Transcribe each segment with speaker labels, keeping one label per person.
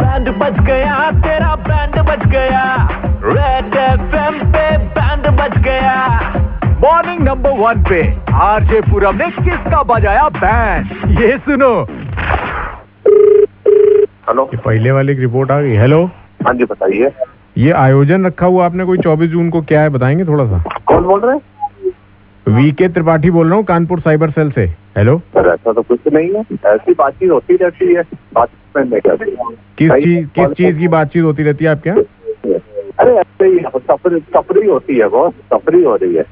Speaker 1: Band बज गया तेरा बैंड बज गया रेड एफएम पे बैंड बज गया मॉर्निंग नंबर वन पे आरजे पूरम ने किसका बजाया बैंड ये सुनो
Speaker 2: हेलो
Speaker 3: ये पहले वाले की रिपोर्ट आ गई हेलो
Speaker 2: हाँ जी बताइए
Speaker 3: ये आयोजन रखा हुआ आपने कोई 24 जून को क्या है बताएंगे थोड़ा सा
Speaker 2: कौन बोल रहे हैं
Speaker 3: वी के त्रिपाठी बोल रहा हूँ कानपुर साइबर सेल से हेलो
Speaker 2: सर ऐसा तो कुछ नहीं है ऐसी बातचीत होती रहती है बातचीत में नहीं करती
Speaker 3: किस
Speaker 2: सही
Speaker 3: चीज
Speaker 2: कॉल
Speaker 3: किस चीज की बातचीत होती रहती है आपके यहाँ
Speaker 2: अरे ऐसे ही है, तफरी तफरी होती है बहुत तफरी हो रही है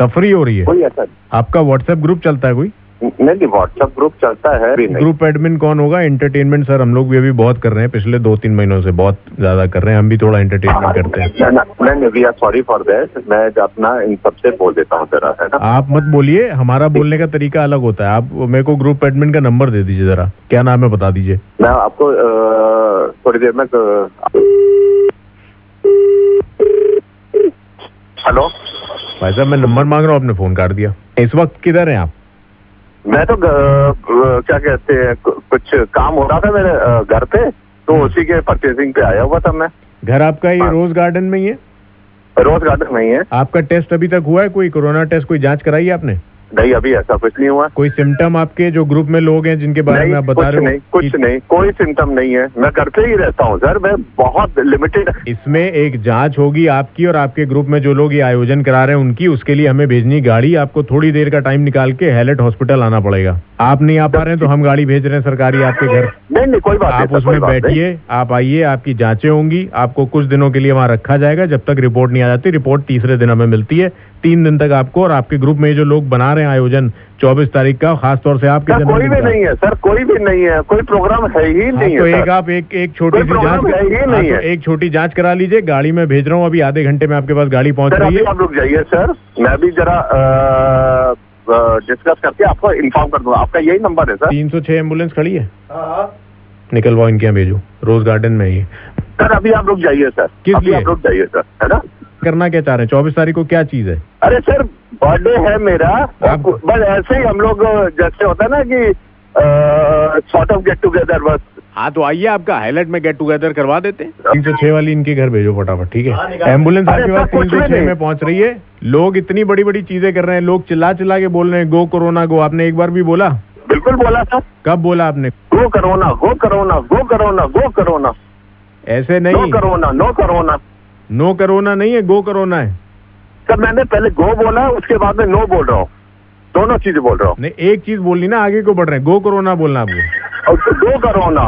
Speaker 3: तफरी हो रही है
Speaker 2: कोई ऐसा
Speaker 3: आपका व्हाट्सएप ग्रुप चलता है कोई
Speaker 2: नहीं नहीं, नहीं व्हाट्सएप ग्रुप चलता है भी नहीं
Speaker 3: ग्रुप एडमिन कौन होगा एंटरटेनमेंट सर हम लोग भी अभी बहुत कर रहे हैं पिछले दो तीन महीनों से बहुत ज्यादा कर रहे हैं हम भी थोड़ा एंटरटेनमेंट करते हैं
Speaker 2: ना, ना, हाँ। नहीं नहीं we are sorry for that मैं अपना इन सबसे बोल देता हूँ जरा है ना
Speaker 3: आप मत बोलिए हमारा बोलने का तरीका अलग होता है आप मेरे को ग्रुप एडमिन का नंबर दे दीजिए जरा क्या नाम है बता दीजिए
Speaker 2: मैं आपको अ, थोड़ी देर में अ, हेलो
Speaker 3: भाई साहब मैं नंबर मांग रहा हूँ आपने फोन काट दिया इस वक्त किधर हैं आप
Speaker 2: मैं तो ग- ग- क्या कहते हैं कु- कुछ काम हो रहा था मेरे अ, घर पे तो
Speaker 3: हम्म।
Speaker 2: उसी के परचेसिंग पे आया हुआ था मैं
Speaker 3: घर आपका ये
Speaker 2: हाँ।
Speaker 3: रोज गार्डन में ही है
Speaker 2: रोज गार्डन नहीं है
Speaker 3: आपका टेस्ट अभी तक हुआ है कोई कोरोना टेस्ट कोई जांच कराई है आपने
Speaker 2: नहीं अभी ऐसा कुछ नहीं हुआ
Speaker 3: कोई सिम्टम आपके जो ग्रुप में लोग हैं जिनके बारे में
Speaker 2: नहीं
Speaker 3: आप बता
Speaker 2: कुछ
Speaker 3: रहे
Speaker 2: नहीं
Speaker 3: हो
Speaker 2: कुछ
Speaker 3: कि
Speaker 2: नहीं कोई सिम्टम नहीं है मैं घर पे ही रहता हूँ सर मैं बहुत लिमिटेड
Speaker 3: इसमें एक जांच होगी आपकी और आपके ग्रुप में जो लोग ये आयोजन करा रहे हैं उनकी उसके लिए हमें भेजनी गाड़ी आपको थोड़ी देर का टाइम निकाल के हैलेट हॉस्पिटल आना पड़ेगा आप नहीं आ पा रहे हैं तो हम गाड़ी भेज रहे हैं सरकारी आपके घर
Speaker 2: नहीं नहीं कोई बात
Speaker 3: आप
Speaker 2: नहीं सर, कोई
Speaker 3: उसमें
Speaker 2: बात नहीं
Speaker 3: बैठिए आप आइए आपकी जांचें होंगी आपको कुछ दिनों के लिए वहां रखा जाएगा जब तक रिपोर्ट नहीं आ जाती रिपोर्ट तीसरे दिन हमें मिलती है तीन दिन तक आपको और आपके ग्रुप में जो लोग बना रहे हैं आयोजन चौबीस तारीख का खासतौर से आपके
Speaker 2: सर कोई
Speaker 3: जन्मदिन
Speaker 2: भी
Speaker 3: का।
Speaker 2: नहीं है सर कोई भी नहीं है कोई प्रोग्राम है ही
Speaker 3: हाँ,
Speaker 2: नहीं
Speaker 3: तो
Speaker 2: है
Speaker 3: एक
Speaker 2: सर।
Speaker 3: आप एक एक छोटी
Speaker 2: कोई
Speaker 3: सी
Speaker 2: प्रॉब्लम
Speaker 3: जांच
Speaker 2: है ही
Speaker 3: हाँ,
Speaker 2: नहीं
Speaker 3: तो
Speaker 2: है।
Speaker 3: एक छोटी जांच करा लीजिए गाड़ी में भेज रहा हूँ अभी आधे घंटे में आपके पास गाड़ी पहुंच
Speaker 2: सर
Speaker 3: रही
Speaker 2: अभी
Speaker 3: है
Speaker 2: आप लोग जाइए सर मैं भी जरा डिस्कस करके आपको इन्फॉर्म कर दूंगा आपका यही नंबर है सर
Speaker 3: तीन सौ छह एम्बुलेंस खड़ी है
Speaker 2: हाँ,
Speaker 3: निकलवाओ इनके यहाँ भेजो रोज गार्डन में ही
Speaker 2: सर अभी आप लोग जाइए सर
Speaker 3: किस
Speaker 2: अभी
Speaker 3: लिए?
Speaker 2: आप लोग जाइए सर है ना
Speaker 3: करना क्या चाह रहे हैं चौबीस तारीख को क्या चीज है
Speaker 2: अरे सर बर्थडे है मेरा
Speaker 3: आपको-
Speaker 2: बस ऐसे ही हम लोग अ, जैसे होता है ना कि सॉर्ट ऑफ गेट टुगेदर बस
Speaker 3: हाँ तो आइए आपका हाईलाइट में गेट टुगेदर करवा देते तीन सौ छह वाली इनके घर भेजो फटाफट ठीक है एम्बुलेंस
Speaker 2: हाँ, अरे
Speaker 3: आपके
Speaker 2: सर,
Speaker 3: पास तीन
Speaker 2: कुछ
Speaker 3: सौ
Speaker 2: भी
Speaker 3: छह
Speaker 2: नहीं।
Speaker 3: में पहुंच रही है लोग इतनी बड़ी बड़ी चीजें कर रहे हैं लोग चिल्ला चिल्ला के बोल रहे हैं गो कोरोना गो आपने एक बार भी बोला
Speaker 2: बिल्कुल बोला सर
Speaker 3: कब बोला आपने
Speaker 2: गो करो ना गो करो ना गो करो ना गो करो ना
Speaker 3: ऐसे
Speaker 2: नो
Speaker 3: नहीं
Speaker 2: करो ना नो करो ना
Speaker 3: नो कोरोना नहीं है गो कोरोना है
Speaker 2: सर मैंने पहले गो बोला उसके बाद में नो बोल रहा हूँ दोनों चीजें बोल रहा हूँ
Speaker 3: नहीं एक चीज बोलनी ना आगे को बढ़ रहे हैं गो कोरोना बोलना आपको
Speaker 2: और तो गो करो ना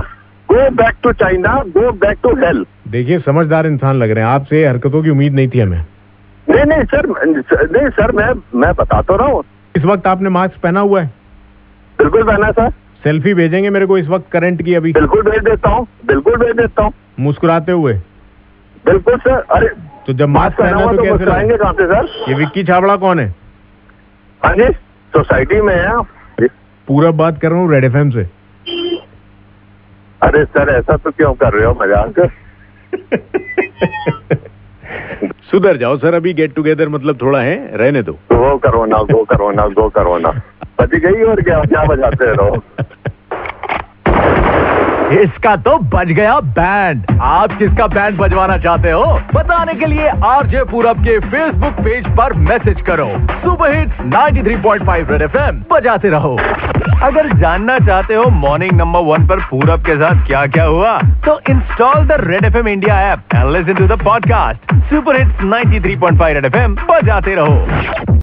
Speaker 2: go back to China go back to health
Speaker 3: देखिए समझदार इंसान लग रहे हैं आपसे ये हरकतों की उम्मीद नहीं थी हमें
Speaker 2: नहीं नहीं सर नहीं सर मैं मैं बता तो रहा हूँ
Speaker 3: इस वक्त आपने मास्क पहना हुआ है
Speaker 2: बिल्कुल बहना सर
Speaker 3: सेल्फी भेजेंगे मेरे को इस वक्त करंट की अभी
Speaker 2: बिल्कुल भेज देता हूँ बिल्कुल भेज देता हूँ
Speaker 3: मुस्कुराते हुए
Speaker 2: बिल्कुल सर अरे
Speaker 3: तो जब मास्क पहना
Speaker 2: हुआ
Speaker 3: तो
Speaker 2: तो
Speaker 3: कैसे
Speaker 2: मुस्कुराएंगे
Speaker 3: लगा?
Speaker 2: कहाँ से सर
Speaker 3: ये विक्की छाबड़ा कौन है
Speaker 2: हाँ जी सोसाइटी में है आप।
Speaker 3: पूरा बात कर रहा हूँ रेड एफ से
Speaker 2: अरे सर ऐसा तो क्यों कर रहे हो मजाक
Speaker 3: सुधर जाओ सर अभी गेट टुगेदर मतलब थोड़ा है रहने दो
Speaker 2: गो तो करो ना गो करो ना गो करो ना बच गई और क्या क्या बजाते रहो
Speaker 1: इसका तो बज गया बैंड आप किसका बैंड बजवाना चाहते हो बताने के लिए आरजे पूरब के फेसबुक पेज पर मैसेज करो सुबह हिट्स 93.5 रेड एफएम बजाते रहो अगर जानना चाहते हो मॉर्निंग नंबर वन पर पूरब के साथ क्या क्या हुआ तो install the red FM India app and listen to the podcast super hits 93.5 red FM बजाते रहो